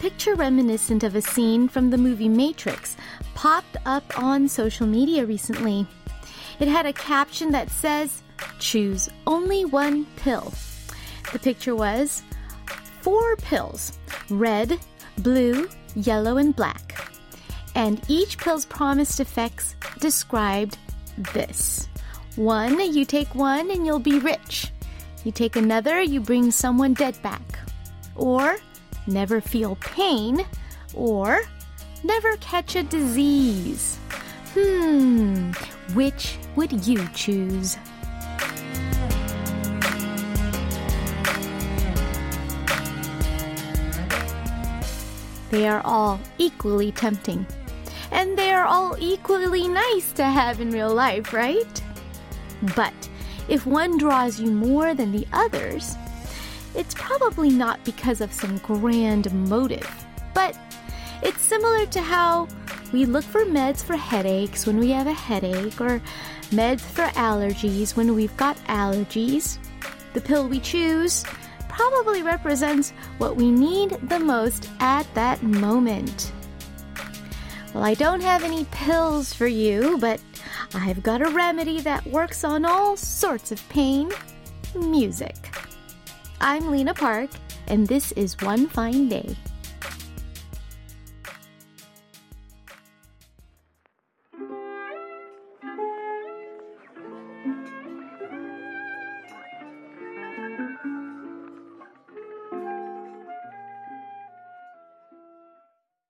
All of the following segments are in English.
picture reminiscent of a scene from the movie Matrix popped up on social media recently. It had a caption that says, Choose only one pill. The picture was four pills red, blue, yellow, and black. And each pill's promised effects described this one, you take one and you'll be rich. You take another, you bring someone dead back. Or never feel pain. Or never catch a disease. Hmm, which would you choose? They are all equally tempting. And they are all equally nice to have in real life, right? But if one draws you more than the others, it's probably not because of some grand motive, but it's similar to how we look for meds for headaches when we have a headache, or meds for allergies when we've got allergies. The pill we choose probably represents what we need the most at that moment. Well, I don't have any pills for you, but I've got a remedy that works on all sorts of pain music. I'm Lena Park, and this is One Fine Day.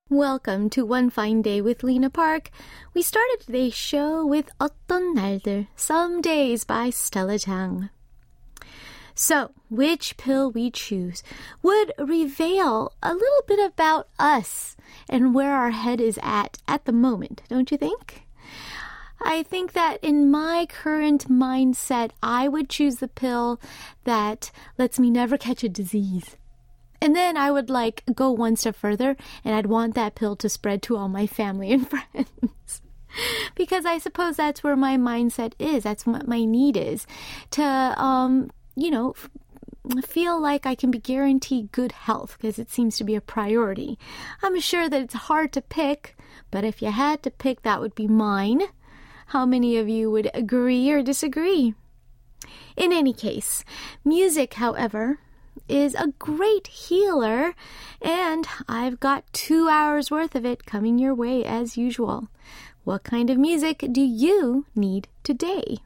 Welcome to One Fine Day with Lena Park. We started today's show with 어떤 날들, Some Days by Stella Tang. So, which pill we choose would reveal a little bit about us and where our head is at at the moment, don't you think? I think that in my current mindset, I would choose the pill that lets me never catch a disease. And then I would like go one step further and I'd want that pill to spread to all my family and friends. because I suppose that's where my mindset is. That's what my need is to, um, you know, f- feel like I can be guaranteed good health because it seems to be a priority. I'm sure that it's hard to pick, but if you had to pick, that would be mine. How many of you would agree or disagree? In any case, music, however, is a great healer, and I've got two hours worth of it coming your way as usual. What kind of music do you need today?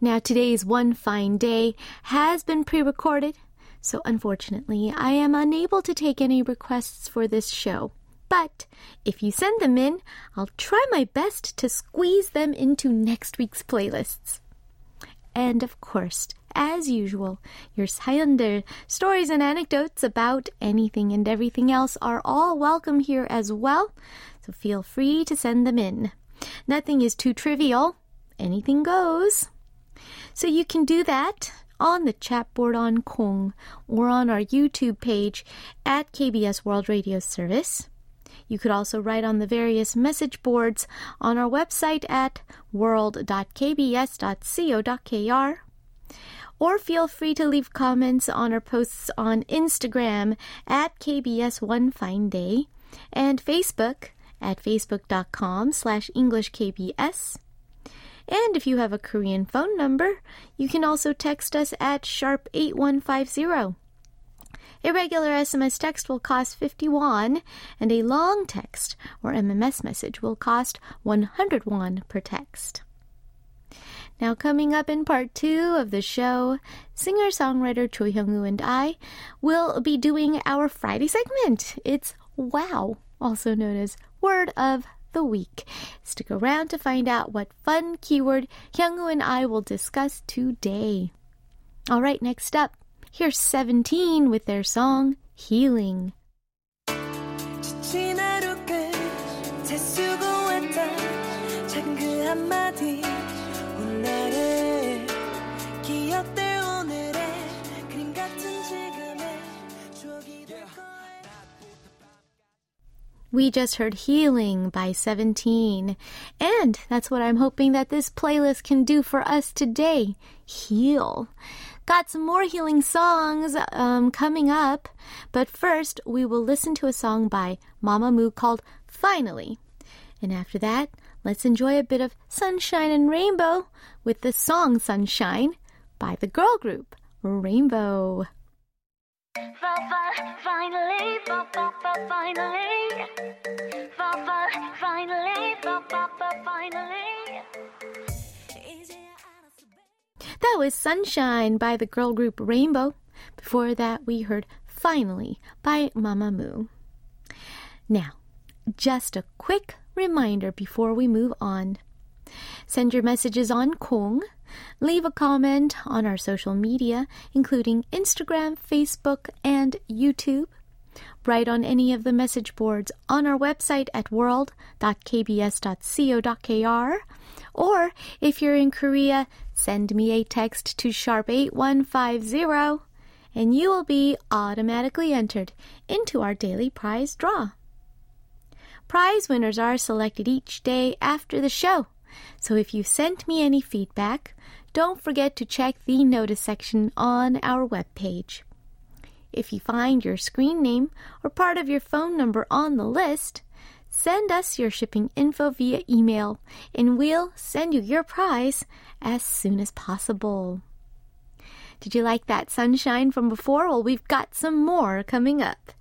Now, today's One Fine Day has been pre recorded, so unfortunately, I am unable to take any requests for this show. But if you send them in, I'll try my best to squeeze them into next week's playlists. And of course, as usual, your Sayander stories and anecdotes about anything and everything else are all welcome here as well, so feel free to send them in. Nothing is too trivial, anything goes. So you can do that on the chat board on Kong or on our YouTube page at KBS World Radio Service. You could also write on the various message boards on our website at world.kbs.co.kr or feel free to leave comments on our posts on Instagram at KBS One Fine Day and Facebook at facebook.com slash EnglishKBS. And if you have a Korean phone number, you can also text us at sharp 8150. A regular SMS text will cost 50 won, and a long text or MMS message will cost 100 won per text. Now, coming up in part two of the show, singer songwriter Choi Hyung Woo and I will be doing our Friday segment. It's Wow, also known as Word of the Week. Stick around to find out what fun keyword Hyung Woo and I will discuss today. All right, next up, here's 17 with their song Healing. 지친 하루 끝에 수고했다 작은 그 한마디 오늘의 기억들 오늘의 그림 같은 지금의 추억이 될 거야 We just heard Healing by 17. And that's what I'm hoping that this playlist can do for us today heal. Got some more healing songs um, coming up, but first we will listen to a song by Mamamoo called Finally. And after that, let's enjoy a bit of sunshine and rainbow with the song Sunshine by the girl group Rainbow. Finally, finally, finally, finally. That was Sunshine by the girl group Rainbow. Before that, we heard Finally by Mamamoo. Now, just a quick reminder before we move on. Send your messages on Kong. Leave a comment on our social media, including Instagram, Facebook, and YouTube. Write on any of the message boards on our website at world.kbs.co.kr. Or if you're in Korea, send me a text to sharp8150 and you will be automatically entered into our daily prize draw. Prize winners are selected each day after the show. So if you sent me any feedback, don't forget to check the notice section on our webpage. If you find your screen name or part of your phone number on the list, send us your shipping info via email and we'll send you your prize as soon as possible. Did you like that sunshine from before? Well, we've got some more coming up.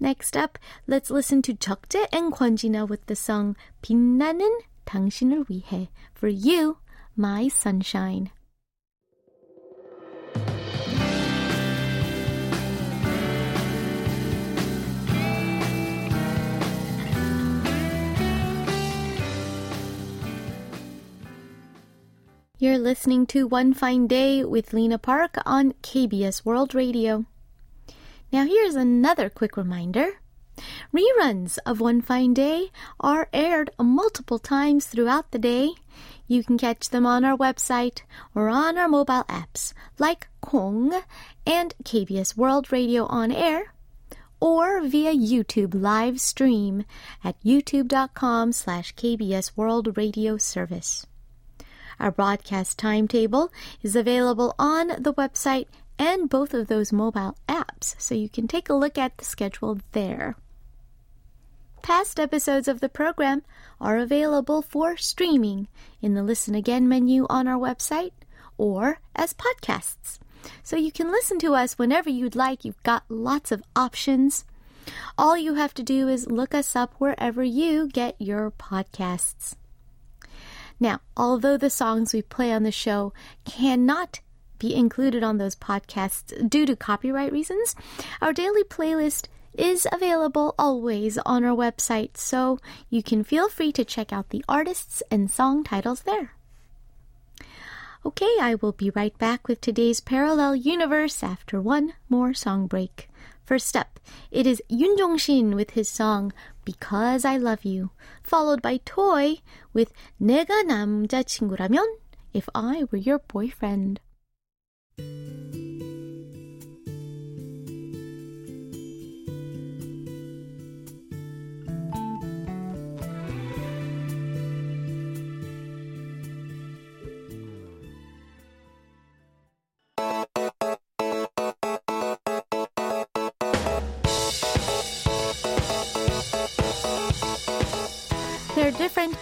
Next up, let's listen to Jeokjae and Kwonjina with the song 빛나는 당신을 위해 for you, my sunshine. You're listening to One Fine Day with Lena Park on KBS World Radio. Now, here's another quick reminder. Reruns of One Fine Day are aired multiple times throughout the day. You can catch them on our website or on our mobile apps like Kong and KBS World Radio on Air or via YouTube live stream at youtube.com slash KBS World Radio Service. Our broadcast timetable is available on the website and both of those mobile apps, so you can take a look at the schedule there. Past episodes of the program are available for streaming in the Listen Again menu on our website or as podcasts. So you can listen to us whenever you'd like. You've got lots of options. All you have to do is look us up wherever you get your podcasts. Now, although the songs we play on the show cannot be included on those podcasts due to copyright reasons, our daily playlist is available always on our website, so you can feel free to check out the artists and song titles there. Okay, I will be right back with today's Parallel Universe after one more song break. First up, it is Yun Jong-shin with his song Because I Love You, followed by Toy with 내가 남자친구라면 If I Were Your Boyfriend. They're different,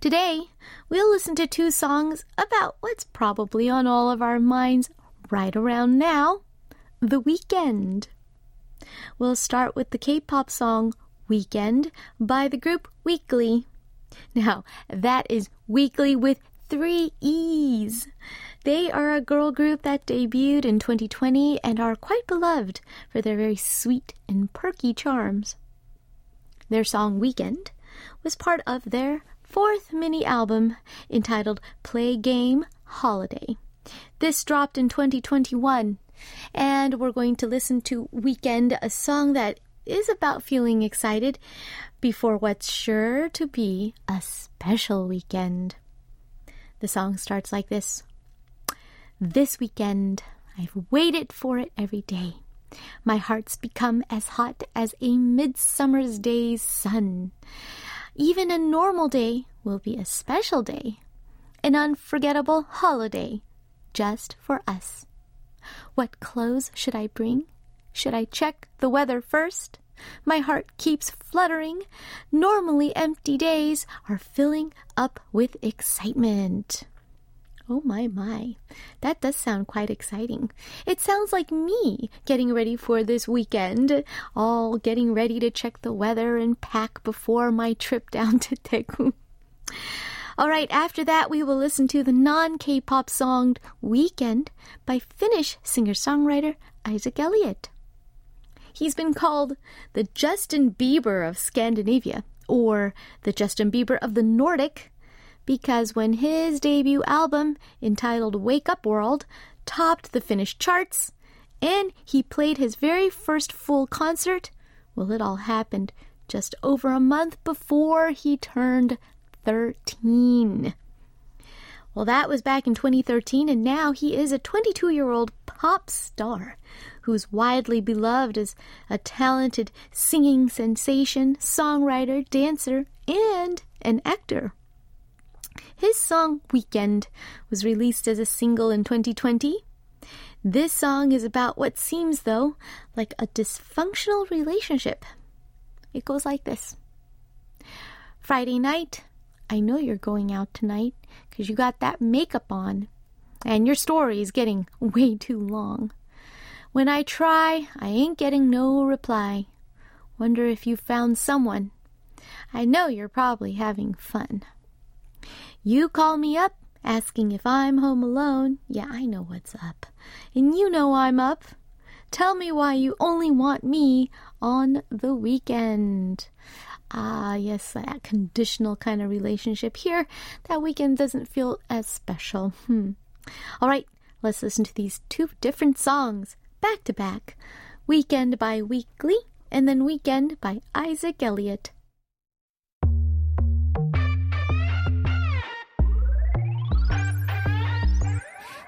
Today, we'll listen to two songs about what's probably on all of our minds right around now the weekend. We'll start with the K pop song Weekend by the group Weekly. Now, that is Weekly with three E's. They are a girl group that debuted in 2020 and are quite beloved for their very sweet and perky charms. Their song Weekend was part of their fourth mini album entitled Play Game Holiday. This dropped in 2021. And we're going to listen to Weekend, a song that is about feeling excited before what's sure to be a special weekend. The song starts like this This weekend, I've waited for it every day. My heart's become as hot as a midsummer's day's sun. Even a normal day will be a special day, an unforgettable holiday just for us. What clothes should I bring? Should I check the weather first? My heart keeps fluttering. Normally, empty days are filling up with excitement. Oh my, my. That does sound quite exciting. It sounds like me getting ready for this weekend, all getting ready to check the weather and pack before my trip down to Daegu. All right, after that, we will listen to the non K pop song Weekend by Finnish singer songwriter Isaac Elliott. He's been called the Justin Bieber of Scandinavia, or the Justin Bieber of the Nordic, because when his debut album, entitled Wake Up World, topped the Finnish charts, and he played his very first full concert, well, it all happened just over a month before he turned 13. Well, that was back in 2013, and now he is a 22 year old pop star who's widely beloved as a talented singing sensation, songwriter, dancer, and an actor. His song Weekend was released as a single in 2020. This song is about what seems, though, like a dysfunctional relationship. It goes like this. Friday night, I know you're going out tonight because you got that makeup on and your story is getting way too long. When I try, I ain't getting no reply. Wonder if you found someone. I know you're probably having fun. You call me up asking if I'm home alone. Yeah, I know what's up. And you know I'm up. Tell me why you only want me on the weekend. Ah, yes, that conditional kind of relationship here. That weekend doesn't feel as special. Hmm. All right, let's listen to these two different songs back to back Weekend by Weekly, and then Weekend by Isaac Elliott.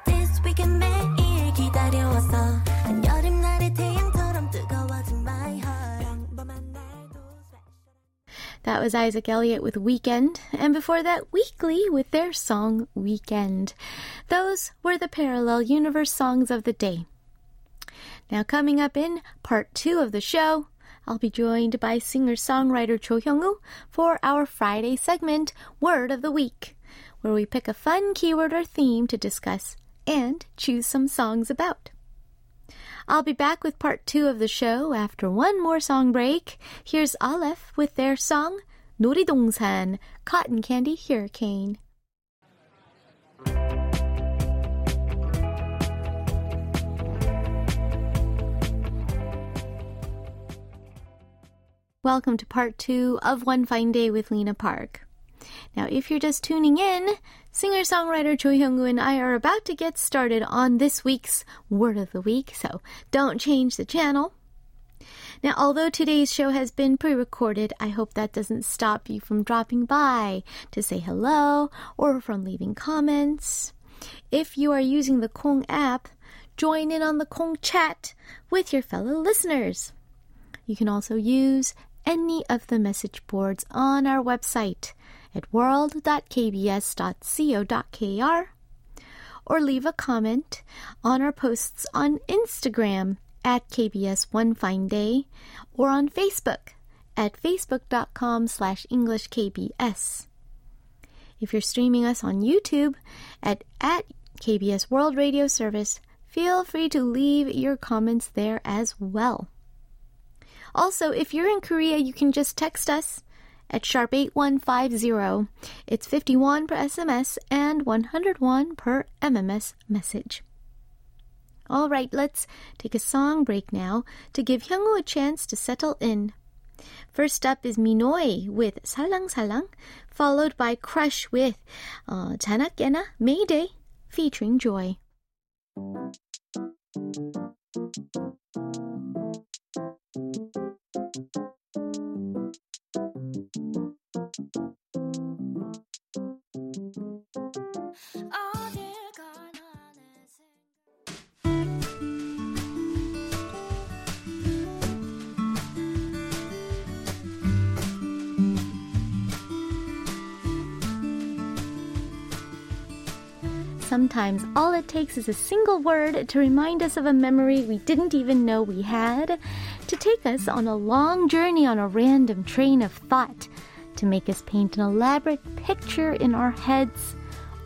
This weekend 매일 기다려왔어 한여름날의 태양처럼 뜨거워진 my heart 평범한 날도 That was Isaac Elliott with Weekend, and before that, Weekly with their song Weekend. Those were the Parallel Universe songs of the day. Now, coming up in part two of the show, I'll be joined by singer songwriter Cho Hyung Woo for our Friday segment, Word of the Week, where we pick a fun keyword or theme to discuss and choose some songs about. I'll be back with part two of the show after one more song break. Here's Aleph with their song 놀이동산, Cotton Candy Hurricane. Welcome to part two of One Fine Day with Lena Park. Now, if you're just tuning in, singer songwriter Choi Hyung Woo and I are about to get started on this week's Word of the Week, so don't change the channel. Now, although today's show has been pre recorded, I hope that doesn't stop you from dropping by to say hello or from leaving comments. If you are using the Kong app, join in on the Kong chat with your fellow listeners. You can also use any of the message boards on our website at world.kbs.co.kr or leave a comment on our posts on Instagram at KBS One Fine Day or on Facebook at facebook.com slash English KBS. If you're streaming us on YouTube at, at KBS World Radio Service, feel free to leave your comments there as well. Also, if you're in Korea, you can just text us at sharp 8150. It's 51 per SMS and 101 per MMS message. All right, let's take a song break now to give Hyungwoo a chance to settle in. First up is Minoi with Salang Salang, followed by Crush with uh, Janakena Mayday featuring Joy. 어딜 가나 내 생각 Sometimes all it takes is a single word to remind us of a memory we didn't even know we had, to take us on a long journey on a random train of thought, to make us paint an elaborate picture in our heads,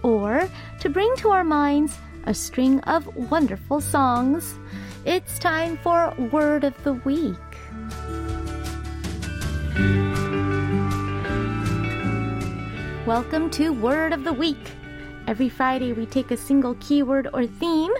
or to bring to our minds a string of wonderful songs. It's time for Word of the Week. Welcome to Word of the Week. Every Friday, we take a single keyword or theme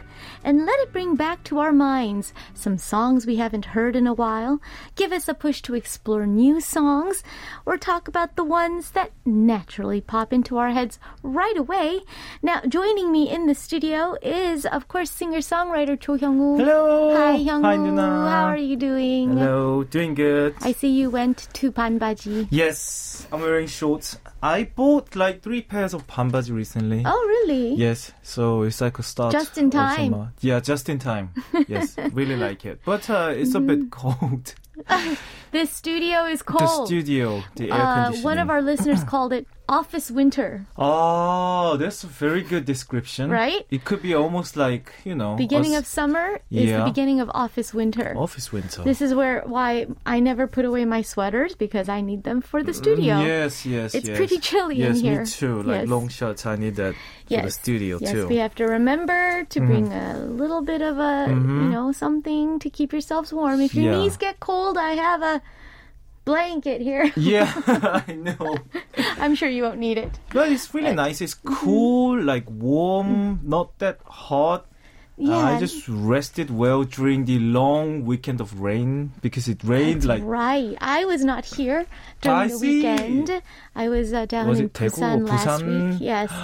and let it bring back to our minds some songs we haven't heard in a while, give us a push to explore new songs, or talk about the ones that naturally pop into our heads right away. Now, joining me in the studio is, of course, singer songwriter Cho Hyung Woo. Hello. Hi, Hyung Hi, Woo. Nuna. How are you doing? Hello, doing good. I see you went to Banbaji. yes, I'm wearing shorts. I bought like three pairs of panbaji recently. Oh, really? Yes, so it's like a start. Just in of time. summer. Yeah, just in time. Yes, really like it. But uh, it's a bit cold. This studio is Mm-hmm. cold. The studio, the air Uh, conditioning. one of our listeners called it office winter. Oh, that's a very good description. Right? It could be almost like, you know, Beginning us- of summer is the Yeah. Oh. beginning of office winter. office winter. This is where why I never put away my sweaters because I need them for the Mm, studio. Yes, yes, It's yes. pretty chilly yes, in here. me too. Like Yes. long shirts, I need that for the studio yes, too. Mm-hmm. we have to remember to bring a little bit of a you know something to keep yourselves warm. If your Yeah. knees get cold, I have a blanket here. Yeah, I know. I'm sure you won't need it. But it's really nice. It's Mm-hmm. cool, like warm, not that hot. Uh, Yeah, I just rested well during the long weekend of rain because it rained like Right. I was not here during I the see. weekend. I was uh, down Was in it Daegu Busan, or last Busan? week. Yes.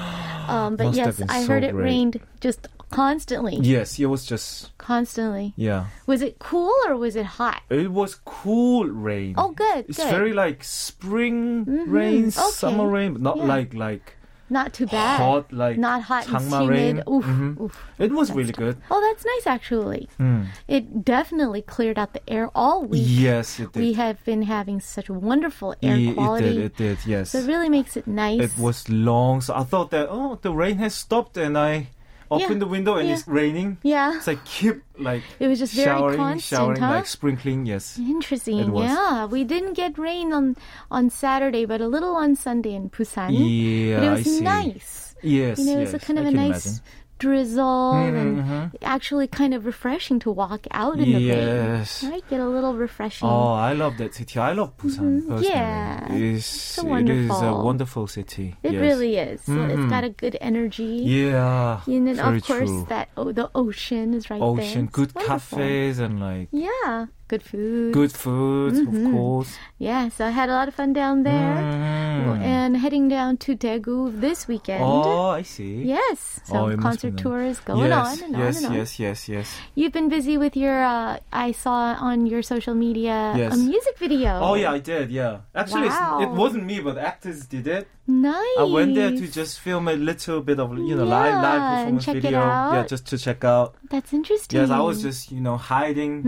Um, but Must have yes, been I so heard it great. rained just constantly. yes, it was just Constantly. yeah. Was it cool or was it hot? It was cool rain. Oh, good. It's good. Mm-hmm. very like spring rain, Okay. summer rain, but not Yeah. like like not too bad. hot like not hot and 장마 humid. rain. Oof, Mhm. oof. It was really good. Oh, that's nice actually. Mm. It definitely cleared out the air all week. Yes, it did. We have been having such wonderful air It- quality. It did. It did. Yes. So it really makes it nice. It was long, so I thought that oh, the rain has stopped, and I opened the window and yeah. it's raining. yeah. So I keep like It was just very showering, constant, showering, huh? like sprinkling. Yes, Interesting. It was. Yeah, we didn't get rain on on Saturday, but a little on Sunday in Busan. but it yeah, was I see. nice. Yes, You know, it was yes, a kind of a I can nice imagine. drizzle and Mhm. actually kind of refreshing to walk out in Yes. the rain. Right, get a little refreshing. Oh, I love that city. I love Busan personally. Mm-hmm. Yeah. it's, so it is a wonderful. wonderful city. it yes. really is. So It's Mhm. got a good energy. Yeah, And then, very of course, true. that oh, the ocean is right there. ocean, It's good wonderful. cafes, and like Yeah, Mm-hmm. good food. good food, of course. Yeah, so I had a lot of fun down there. Mm. And heading down to Daegu this weekend. oh, I see. Yes, Oh, so it must concert be nice. tour is going yes, on and yes, on and on. yes, yes, yes. You've been busy with your. Uh, I saw on your social media Yes. a music video. Oh yeah, I did. Yeah, actually, Wow. it's, it wasn't me, but actors did it. nice. I went there to just film a little bit of you know live Yeah, live and performance check it video. Yeah, out. just to check out. That's interesting. Yes, I was just you know hiding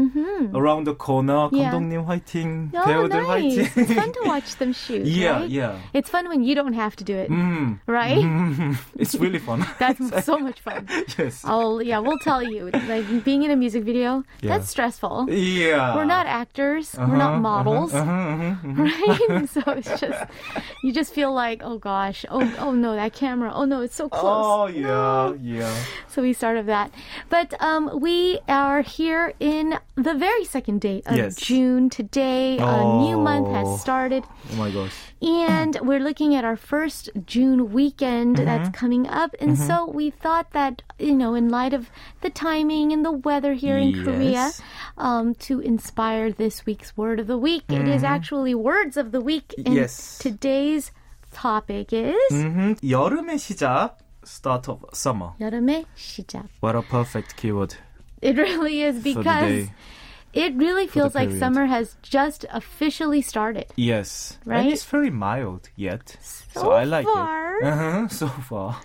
around the corner. Mm-hmm. Yeah. 감독님 화이팅, Oh, 배우들 nice. 화이팅. it's fun to watch them shoot. yeah, right? yeah. It's fun when you don't have to do it, Mm. right? Mm. It's really fun. That's so much fun. yes. Oh yeah, we'll tell you. Like being in a music video, Yeah. that's stressful. Yeah. Uh-huh, We're not actors. We're not models. right? so it's just you just feel like, oh gosh, oh oh no, that camera, oh no, it's so close. Oh yeah, yeah. So we started that, but um, we are here in the very second day of Yes. June today. A new month Oh. has started, Oh my gosh. and we're looking at our first June weekend Mm-hmm. that's coming up. And so we thought that you know, in light of the timing and the weather here in Korea, Yes. um, to inspire this week's word of the week. It Mm-hmm. is actually words of the week. And Yes. Mm-hmm. Today's topic is 음, 여름의 시작, start of summer. 여름의 시작. What a perfect keyword It really is for the because day. it really feels like period. summer has just officially started. Yes, Right? And it's very mild yet, so, So I like far. it. Uh-huh, so far,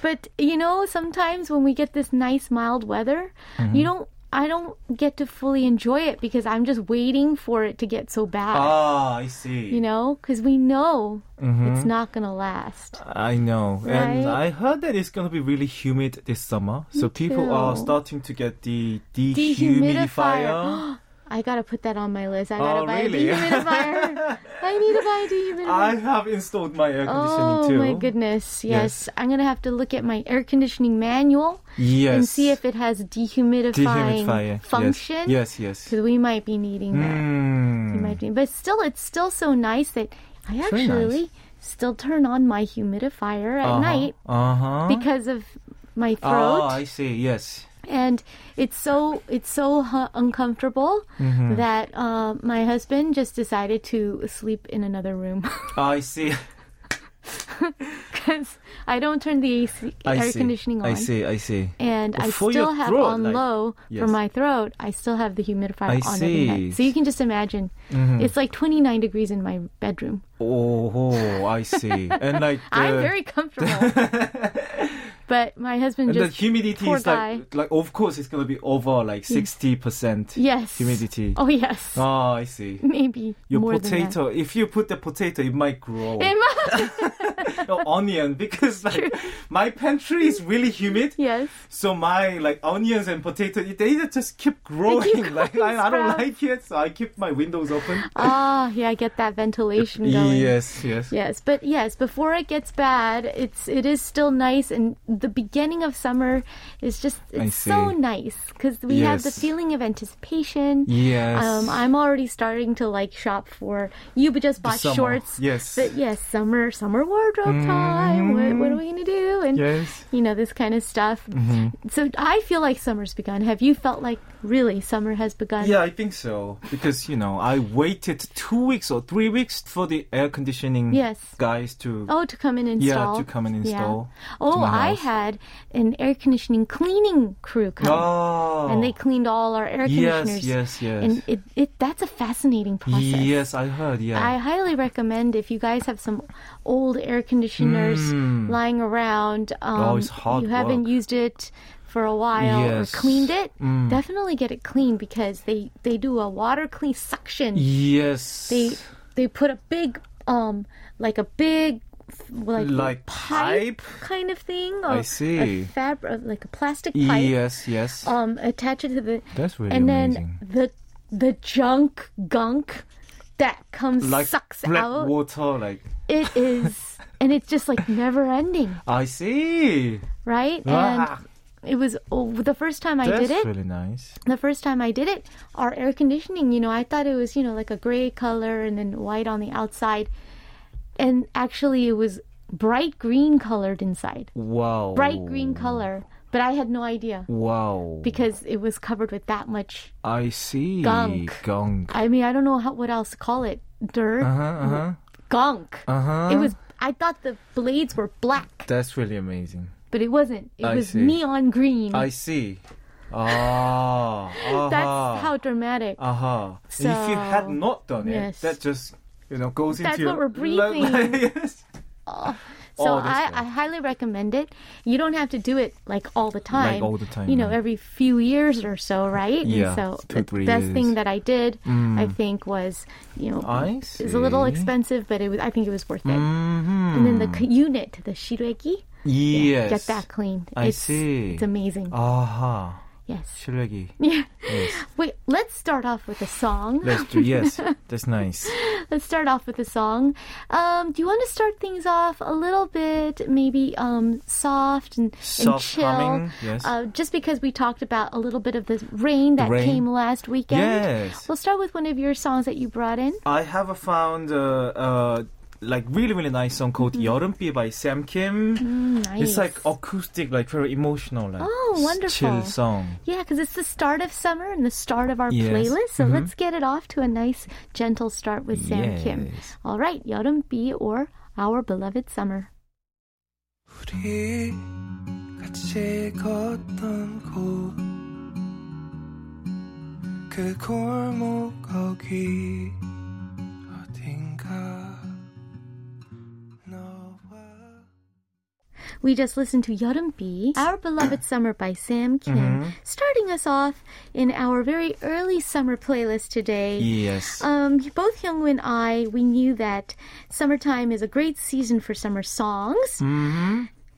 But you know, sometimes when we get this nice mild weather, Mm-hmm. you don't I don't get to fully enjoy it because I'm just waiting for it to get so bad. ah, Mm-hmm. I see. you know, because we know it's not going to last. I know, Right? and I heard that it's gonna be really humid this summer, so people too. are starting to get the dehumidifier. Dehumidifier. I got to put that on my list. I got to Oh, buy really? a dehumidifier. I need to buy a dehumidifier. I have installed my air conditioning Oh too. my goodness. Yes. Yes. I'm going to have to look at my air conditioning manual Yes. and see if it has dehumidifying dehumidifier function. Yes, yes. yes. Because we might be needing that. Mm. We might be, but still, it's still so nice that I very nice. actually still turn on my humidifier at night Uh huh. because of my throat. Oh, I see. Yes. and it's so it's so hu- uncomfortable Mm-hmm. that uh, my husband just decided to sleep in another room I see. because I don't turn the AC, I air see. conditioning on. I see. I see. And I For still your have throat, on like- low for Yes. my throat. I still have the humidifier I on every see. Mm-hmm. night. So you can just imagine. It's like 29 degrees in my bedroom. Oh, oh, I see. and like the, I'm very comfortable. but my husband and the just humidity poor is like like of course it's gonna be over like sixty percent. yes Humidity. Oh yes, Ah, I see. maybe Your more Than potato. If you put the potato, it might grow. that. It must- Or onion, because like my pantry is really humid. yes, So my like onions and potato, they just keep growing. like I, I don't sprouts. like it, so I keep my windows open. ah, yeah, get that ventilation going. Yes, yes. Yes, but yes, before it gets bad, it's it is still nice, and the beginning of summer is just I it's so see. nice because we have the Yes. feeling of anticipation. Yes. Um, I'm already starting to like shop for. You just bought summer. shorts. Yes. But yes, summer summer wardrobe Mm-hmm. time. What, what are we gonna do? And yes. you know this kind of stuff. Mm-hmm. So I feel like summer's begun. Have you felt like really summer has begun? Yeah, I think so. Because, you know, I waited two weeks or three weeks for the air conditioning Yes. guys to. Oh, to come and Yeah, install. to come and Yeah. install Oh, I my house. had an air conditioning cleaning crew come. Oh. And they cleaned all our air Yes, conditioners. yes, yes. And it, it that's a fascinating process. yes, I heard, yeah. I highly recommend if you guys have some old air conditioners lying around. Um, Hmm. Oh, it's hard You haven't work. used it for a while Yes. Hmm. or cleaned it. Definitely get it cleaned because they they do a water clean suction. yes. They they put a big um like a big like, Like pipe, pipe? kind of thing. Or I see. A fabric like a plastic pipe. yes, yes. Um, attach it to the That's really and amazing. then the the junk gunk that comes like sucks black out. water, like. It is, and it's just like never ending, I see. right? Ah, And it was oh, the first time I that's did it. really nice. The first time I did it, our air conditioning, you know, I thought it was, you know, like a gray color and then white on the outside. And actually, it was bright green colored inside. Wow. Bright green color. But I had no idea Wow. because it was covered with that much. I see. Gunk. Gunk. I mean, I don't know how, what else to call it. Dirt, Uh huh. Uh huh. gunk. Uh huh. It was, I thought the blades were black, That's really amazing. but it wasn't. It I was see. neon green. I see. Ah. That's aha. how dramatic. Oh, Aha. And if you So, had not done it, yes. that just you know goes That's into. what we're your- like- breathing. yes. So Oh, I, that's I good. highly recommend it. You don't have to do it like all the time. all the time, You know, right. every few years or so, right? And Yeah, so two, the three best thing years. Mm. that I did, I think, was you know, I it was a little see. expensive, but it was. I think it was worth it. Mm-hmm. And then the c- unit, the shireki, Yes. get that cleaned. I it's, see. It's amazing. Aha. yes. 실력이. Yeah. Yes. Wait, let's start off with a song. Let's do. Yes. That's nice. Let's start off with a song. Um, do you want to start things off a little bit, maybe um, soft and, and Soft chill? humming, yes. Uh, just because we talked about a little bit of the rain that rain. came last weekend. Yes. We'll start with one of your songs that you brought in. I have a found uh, uh, like really really nice song called 여름비 by Sam Kim. Mm-hmm. Nice. Mm, It's like acoustic, like very emotional, like Oh, wonderful. chill song. yeah, because it's the start of summer and the start of our Yes. Mm-hmm. playlist. So let's get it off to a nice, gentle start with Sam Kim. Yes. All right, Yeoreum B or Our Beloved Summer. 우리 같이 걷던 곳 그 골목 거기 어딘가 너와 We just listened to Yeoreumbi, Our Beloved Summer by Sam Kim, starting us off in our very early summer playlist today. Yes. Um, both Hyungwoo and I, we knew that summertime is a great season for summer songs,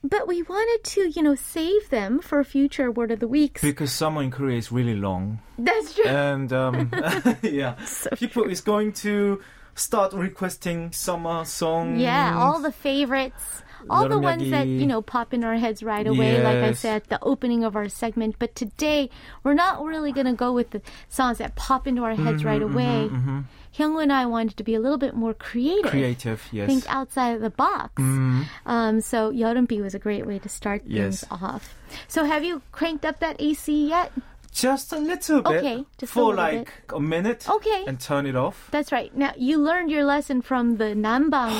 but we wanted to, you know, save them for future Word of the Weeks. because summer in Korea is really long, That's true. and um, yeah, people is going to start requesting summer songs. yeah, all the favorites. All the ones that, Yeoreumyagi. you know, pop in our heads right away, like I Yes. said, at the opening of our segment. But today, we're not really going to go with the songs that pop into our heads right Mm-hmm, away. Hyungwoo and I wanted to be a little bit more creative. creative. Yes. Mm-hmm. think outside of the box. Um, so Yeoreumbi was a great way to start Yes. things off. So have you cranked up that AC yet? Just a little bit. Okay, just a for little like a minute. Okay. And turn it off. That's right. Now you learned your lesson from the Nambang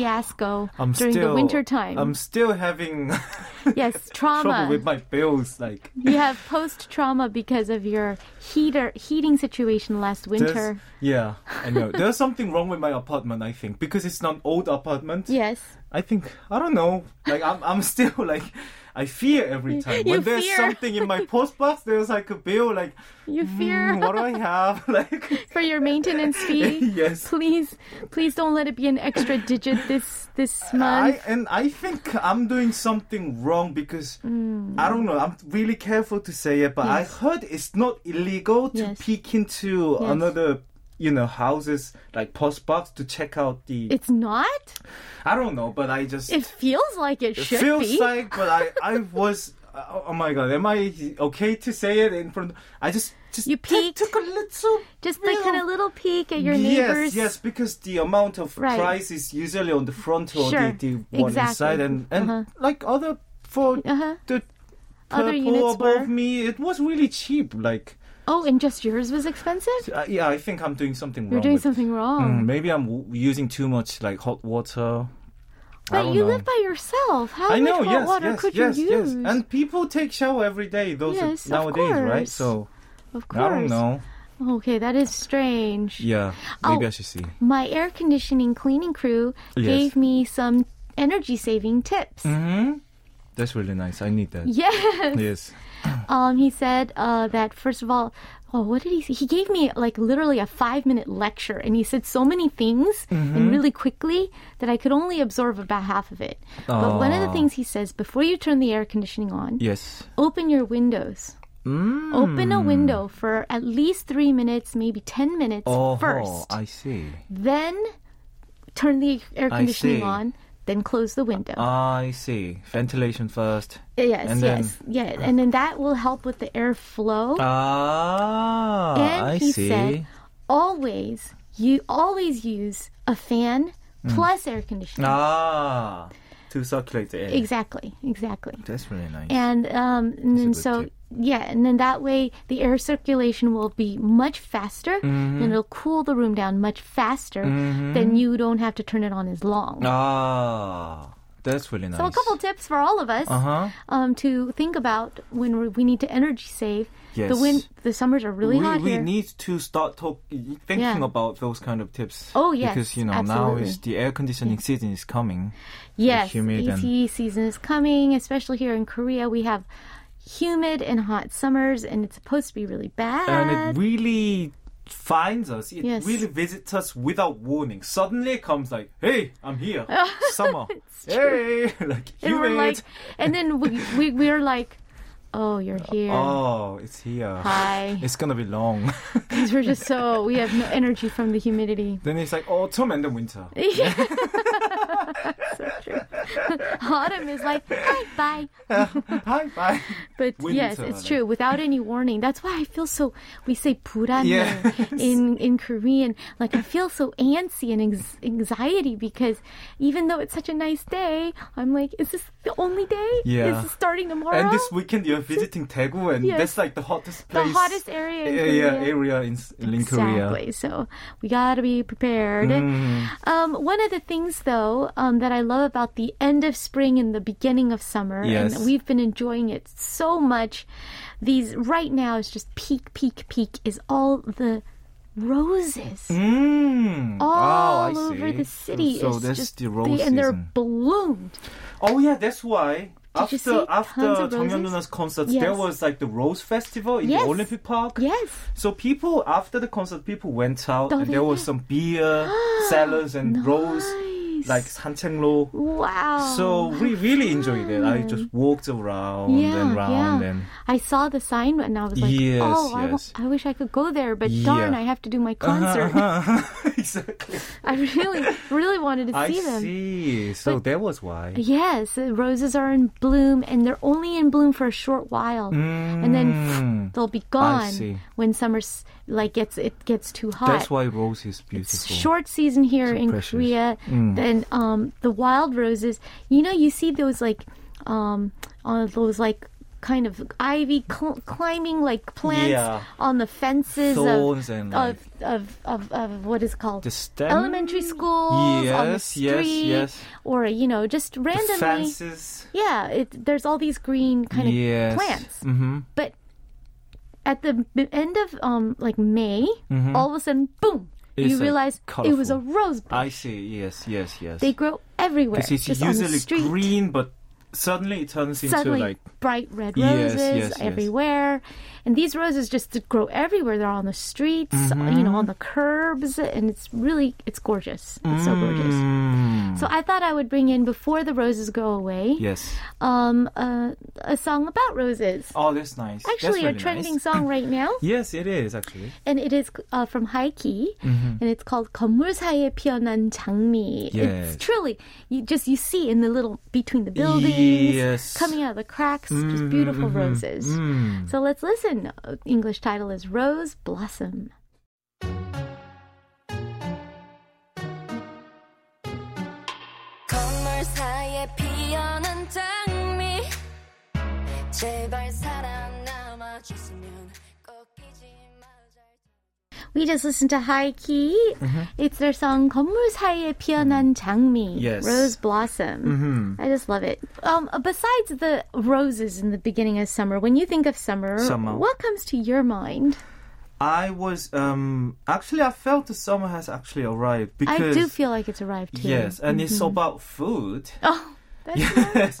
fiasco I'm during still the winter time. I'm still having yes, trouble trauma. with my bills. Like you have post trauma because of your heater heating situation last there's- winter. yeah, I know. There's something wrong with my apartment. I think because it's not old apartment. Yes. I think I don't know. Like I'm, I'm still like I fear every time You when there's fear. something in my post box. There's like a bill. Like You fear "Hmm, what do I have? Like for your maintenance fee. yes. Please please don't let it be an extra digit this this month. I, and I think I'm doing something wrong because Hmm. I don't know. I'm really careful to say it, but I heard it's not illegal to Yes. peek into Yes. another, you know, houses like post box to check out the. it's not? I don't know, but I just It feels like it should feels be. like, but I I was. Oh oh my god, am I okay to say it in front? I just just You took- peeked? took a little. Just like kind of little peek at your Yes, neighbors. yes, because the amount of Right. price is usually on the front or Sure, the, the one exactly. inside, and and Uh-huh. like other for Uh-huh. the Other purple units above were- me, it was really cheap. Like, Oh, and just yours was expensive? uh, yeah, I think I'm doing something You're wrong. doing with- something Mm, wrong. maybe I'm w- using too much like hot water. I But don't you know. live by yourself. How I much know, hot yes, water yes, could yes, you yes. use? And people take shower every day. Those are Yes, of nowadays, right? course. So of course. I don't know. Okay, that is strange. Yeah, Oh. maybe I should see. My air conditioning cleaning crew Yes. gave me some energy saving tips. hmm That's really nice. I need that. Yes. Yes. Um, he said uh, that first of all, oh, what did he say? He gave me like literally a five minute lecture, and he said so many things Mm-hmm. and really quickly that I could only absorb about half of it. But one of the Aw. things he says before you turn the air conditioning on, Yes. Mm. open your windows. Open Hmm. a window for at least three minutes, maybe ten minutes Oh, first. I see. Then turn the air I conditioning see. on. Then close the window. I see. Ventilation first. yes, and then- yes, yeah, and then that will help with the air flow. Ah, And I he see. said, always you always use a fan plus air conditioning. Hmm. ah, to circulate the air. Exactly, exactly. That's really nice. And um, and then good so tip. yeah, and then that way the air circulation will be much faster, Mm-hmm. and it'll cool the room down much faster. Then you don't have to turn it on as long. Ah, that's really nice. So a couple tips for all of us Uh-huh. um, to think about when we we need to energy save. The Yes. win the summers are really we, hot we here. need to start talk, thinking Yeah. about those kind of tips. Oh, yes, because you know now is absolutely. the air conditioning season is coming. Yes, humid and- AC season is coming, especially here in Korea. We have humid and hot summers, and it's supposed to be really bad. and it really finds us. It Yes. really visits us without warning. Suddenly it comes like, hey, I'm here. Summer. hey, like humid. And we're like, and then we, we we're like, oh, you're here. oh, it's here. Hi, It's gonna be long. because we're just so we have no energy from the humidity. then it's like autumn and then winter. so true. Autumn is like hi, bye. bye bye. But yes, Winter, it's like- true. Without any warning, that's why I feel so. We say "불안해" Yes. in in Korean. Like I feel so antsy and ex- anxiety because even though it's such a nice day, I'm like, is this the only day? Yeah. Is this starting tomorrow? And this weekend you're visiting Daegu, and Yes. that's like the hottest the place. hottest area in area, Korea. area in, in Korea. Mm-hmm. Exactly. So we gotta be prepared. Um, one of the things, though, um, that I love about the end of spring and the beginning of summer. Yes. And we've been enjoying it so much. These right now is just peak, peak, peak is all the roses Mm. all oh, I over see. the city. So It's that's just the rose big- and they're season. bloomed. Oh yeah, that's why. Did you see After after tons of Jeongyeon roses? Nuna's concert, Yes. there was like the Rose Festival in Yes. the Olympic Park. Yes. So people after the concert, people went out Oh, and they there was went. some beer, salads and rose, Nice. like sanchenglo. wow. So we really enjoyed it. I just walked around yeah, and around yeah. and I saw the sign and I was like, Yes, oh, I, w- yes. I wish I could go there, but darn, Yeah. I Uh-huh, have to do my concert. exactly. I really, really wanted to I see them. see. So that was why. Yes, the roses are in bloom and they're only in bloom for a short while. And then Mm. they'll be gone see. when summer's like gets it gets too hot. That's why rose is beautiful. It's short season here So in precious. Mm. Korea. Then um, the wild roses, you know, you see those like um, on those like kind of ivy cl- climbing like plants Yeah. on the fences Thorns of, and of, like of of of what is called the stem. elementary schools on the Yes, yes, street, yes. or you know, just the randomly. fences. Yeah, it, there's all these green kind of yes. plants. hmm But at the b- end of um like May, all of a sudden, boom, Mm-hmm. It's, you like, realize it was a colourful. rose bush. I see. Yes, yes, yes. They grow everywhere, Because it's just on the usually street. green, but suddenly it turns Suddenly, into like bright red Yes, roses yes, yes. everywhere, and these roses just grow everywhere. They're on the streets, uh, Mm-hmm. you know, on the curbs, and it's really it's gorgeous. It's so gorgeous. Mm. So I thought I would bring in before the roses go away, yes. um, uh, a song about roses. Oh, that's nice. That's Actually, really a trending nice. song right now. Yes, it is actually. and it is uh, from Haiki, Mm-hmm. and it's called 건물 사이에 피어난 장미. Yes. It's truly you just you see in the little between the buildings, Yes. Mm-hmm, coming out of the cracks, just beautiful roses. So let's listen. Uh, English title is Rose Blossom. 건물 사이에 피어난 장미 제발 살아남아 줬으면 꼭 잊지 말자 We just listened to Haiki. Mm-hmm. It's their song 건물 사이에 피어난 장미, Yes. Mm-hmm. Rose Blossom. I just love it. Um, besides the roses in the beginning of summer, when you think of summer, Summer. what comes to your mind? I was um actually I felt the summer has actually arrived I because do feel like it's arrived here. yes, and Mm-hmm. it's about food. Oh, that's yes,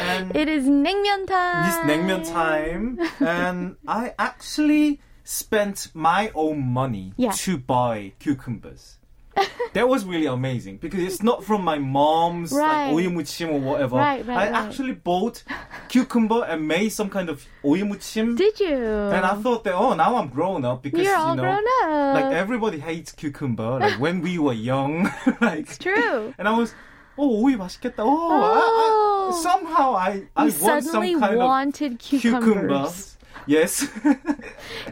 and it is naengmyeon time. It's naengmyeon time, and I actually spent my own money Yeah. to buy cucumbers. that was really amazing because it's not from my mom's Right. like oyimuchim or whatever. Right, right, I right. actually bought cucumber and made some kind of oyimuchim. Did you? and I thought that oh now I'm grown up because You're all you know grown up. like everybody hates cucumber like when we were young like True. and I was, oh, 오이 맛있겠다. Oh, I, Oh. I, somehow I, I you want suddenly some kind wanted of cucumbers. cucumber. Yes.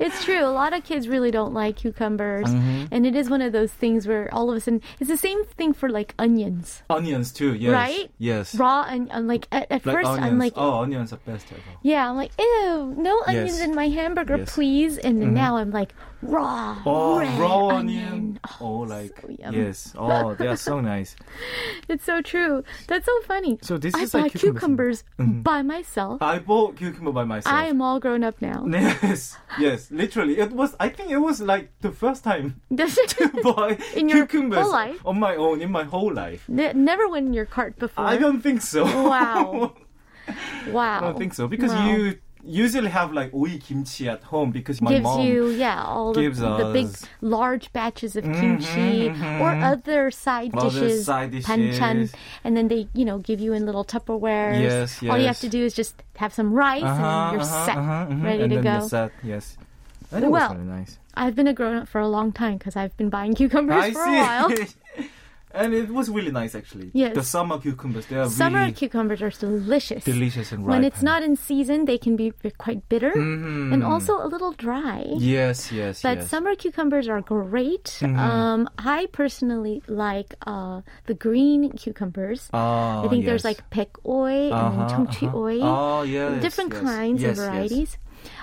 It's true. A lot of kids really don't like cucumbers, Mm-hmm. and it is one of those things where all of a sudden it's the same thing for like onions, onions too. Yes. Right? Yes. raw and I'm like at, at like first onions. I'm like, oh, onions are best ever. yeah, I'm like, ew, no onions Yes. in my hamburger, Yes. Mm-hmm. please. And then now I'm like, raw, Oh, red raw onion. onion. Oh, like so yum. yes. Oh, they are so nice. It's so true. That's so funny. So this I is bought like cucumbers, cucumbers. by myself. I bought cucumber by myself. I am all grown up now. Yes, yes, literally. It was. I think it was like the first time to buy In your cucumbers whole life? on my own in my whole life. Ne- never went in your cart before. I don't think so. Wow. wow. I don't think so because Wow. you usually have like oi kimchi at home because my gives mom you yeah all the, gives the big us- Mm-hmm, large batches of kimchi or other side Other dishes, side banchan, dishes. and then they you know give you in little Tupperwares. Yes, All you have yes. to do is just have some rice and you're set, mhm, ready and to then go. you're set, yes. And it Well, was really nice. I've been a grown up for a long time because I've been buying cucumbers for a while. and it was really nice actually. Yes. The summer cucumbers they are Summer really cucumbers are delicious. delicious and ripe. When it's and- not in season, they can be quite bitter and Mm. also a little dry. Yes, yes, But yes. Mm-hmm. summer cucumbers are great. Um, I personally like uh, the green cucumbers. Ah, I think yes. there's like pek oi and then Uh-huh, chongchi uh-huh. oi. Oh, yes, different yes. kinds Yes, and yes. varieties.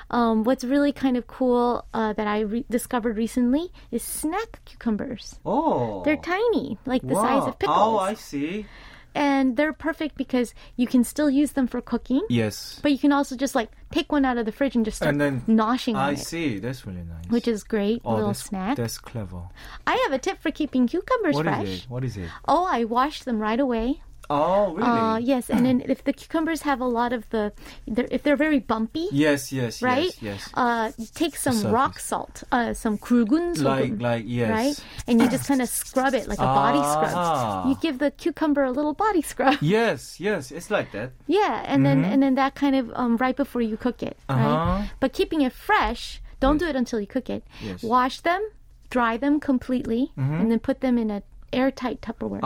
Um, what's really kind of cool uh, that I re- discovered recently is snack cucumbers. Oh. They're tiny, like the size wow. of pickles. Oh, I see. And they're perfect because you can still use them for cooking, Yes. but you can also just like take one out of the fridge and just start And then- noshing on I it, see. That's really nice. which is great. oh, little that's, snack. That's clever. I have a tip for keeping cucumbers What is fresh. it? What is it? Oh, I wash them right away. Oh, really? Uh, yes, and then if the cucumbers have a lot of the, they're, if they're very bumpy, yes, yes, right? yes, yes. Uh, take some surface. rock salt, uh, some kurgun like, sorghum, like, yes. right? And you just kind of scrub it like a body Ah. scrub. You give the cucumber a little body scrub. Yes, yes, it's like that. Yeah, and Mm-hmm. then and then that kind of um, right before you cook it, Uh-huh. right? But keeping it fresh, don't do it until you cook it. Yes. Mm-hmm. Wash them, dry them completely, and then put them in a airtight Tupperware.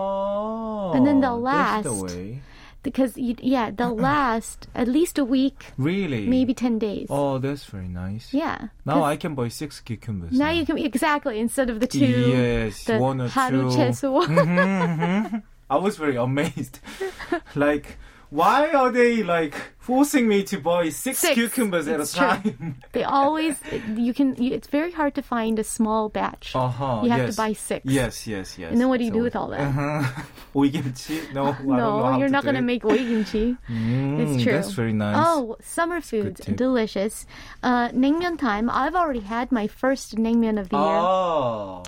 Oh. And then they'll last. That's the way. because you, yeah Uh-uh. they'll last at least a week Really? maybe 10 days Oh, that's very nice. yeah Now I can buy six cucumbers. now you can exactly instead of the two Yes, the one or haru two. Mm-hmm, chesu. I was very amazed. like, why are they like forcing me to buy six, Six. cucumbers at It's a true. time? they always you can you, it's very hard to find a small batch uh huh. you have yes. to buy six Yes, yes, yes. and then what do you do So- with all that 오이김치? No, I don't know no how you're to not do going to it. make oigimchi it's Mm, true That's very nice. Oh, summer foods, tip. delicious. Uh, naengmyeon time. I've already had my first naengmyeon of the year. Oh.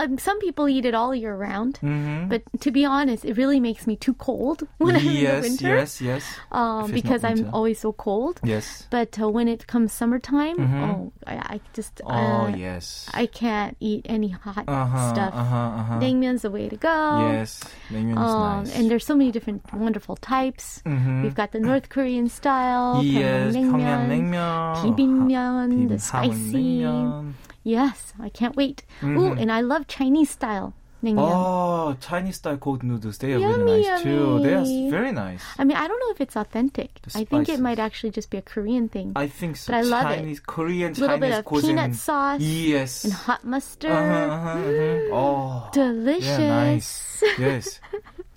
Um, some people eat it all year round, Mm-hmm. but to be honest, it really makes me too cold when I'm in the yes, winter yes, yes. If um, it's because not I'm winter. always so cold. Yes. But uh, when it comes summertime, oh, I, I just Mm-hmm. Oh, uh, yes. I can't eat any hot uh-huh, stuff. Uh-huh, uh-huh. Naengmyeon's the way to go. Yes, naengmyeon is Um, nice. Mm-hmm. And there's so many different wonderful types. We've got the North Korean style, yes, Pyongyang 평양 naengmyeon, 냉면, 비빔면, the 비빔- 하원 spicy. 냉면. Yes, I can't wait. Ooh, and I love Chinese style naengmyeon. Mm-hmm. Oh, Chinese style cold noodles. They are Yummy, really nice too. They yummy. are very nice. I mean, I don't know if it's authentic. The I think it spices. might actually just be a Korean thing. I think so. But I love it. Chinese, Korean, Little Chinese bit of cuisine. peanut sauce Yes. and hot mustard. Uh-huh, uh-huh, uh-huh. Oh, Delicious. yeah, nice. yes,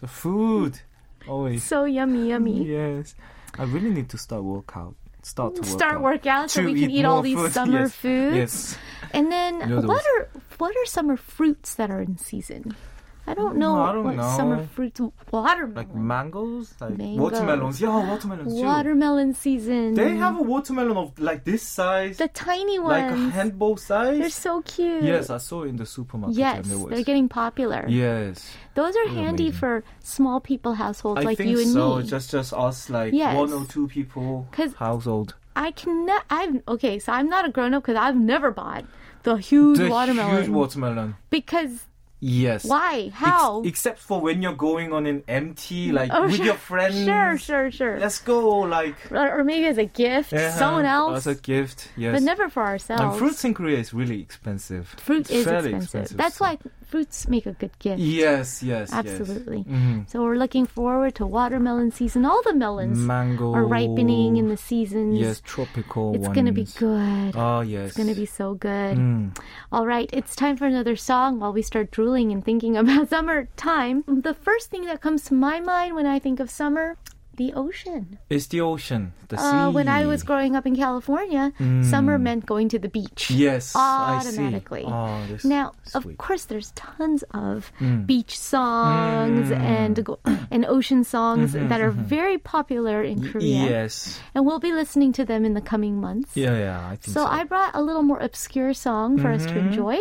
the food always. So yummy, yummy. Yes, I really need to start workout. Start to work Start out. workout so To we can eat, eat all more these food, summer yes, foods. Yes. And then Noodles. what are what are summer fruits that are in season? I don't know Mm, I don't what know. summer fruits. Like Watermelon. mangoes, like Mangoes. watermelons. Yeah, watermelons too. watermelon season. They have a watermelon of like this size, the tiny like ones. a handball They're size. so cute. yes, I saw it in the supermarket. Yes, and it was- they're getting popular. Yes, Those are handy amazing. for small people households I like think you and so. me. Just just us, like Yes. one or two people, 'Cause- household. I cannot. I've okay, so I'm not a grown up because I've never bought the huge The watermelon. huge watermelon. because Yes. why? Ex- How? except for when you're going on an empty, like Oh, with sure, your friends. Sure, sure, sure. Let's go, like or, or maybe as a gift, to someone Uh-huh, else, as a gift. Yes. but never for ourselves. and fruits in Korea is really expensive. Fruit It's is fairly expensive. That's so- why fruits make a good gift. Yes, yes, Absolutely. Yes. Mhm. So we're looking forward to watermelon season. All the melons Mango are ripening in the seasons. oh, Yes, tropical. it's gonna be ones. good. Oh yes. It's gonna be so good. Mm. All right, it's time for another song while we start drooling and thinking about summertime. The first thing that comes to my mind when I think of summer, the ocean. It's the ocean, the Uh, sea. when I was growing up in California, summer meant going to the beach. Mm. Yes, Automatically. I see. Oh, this Now, of sweet. Mm. course, there's tons of beach songs and go- and ocean songs Mm-hmm, that are very popular in Korea, Yes. and we'll be listening to them in the coming months. Yeah, yeah. I think So so. I brought a little more obscure song for us to Mm-hmm. enjoy.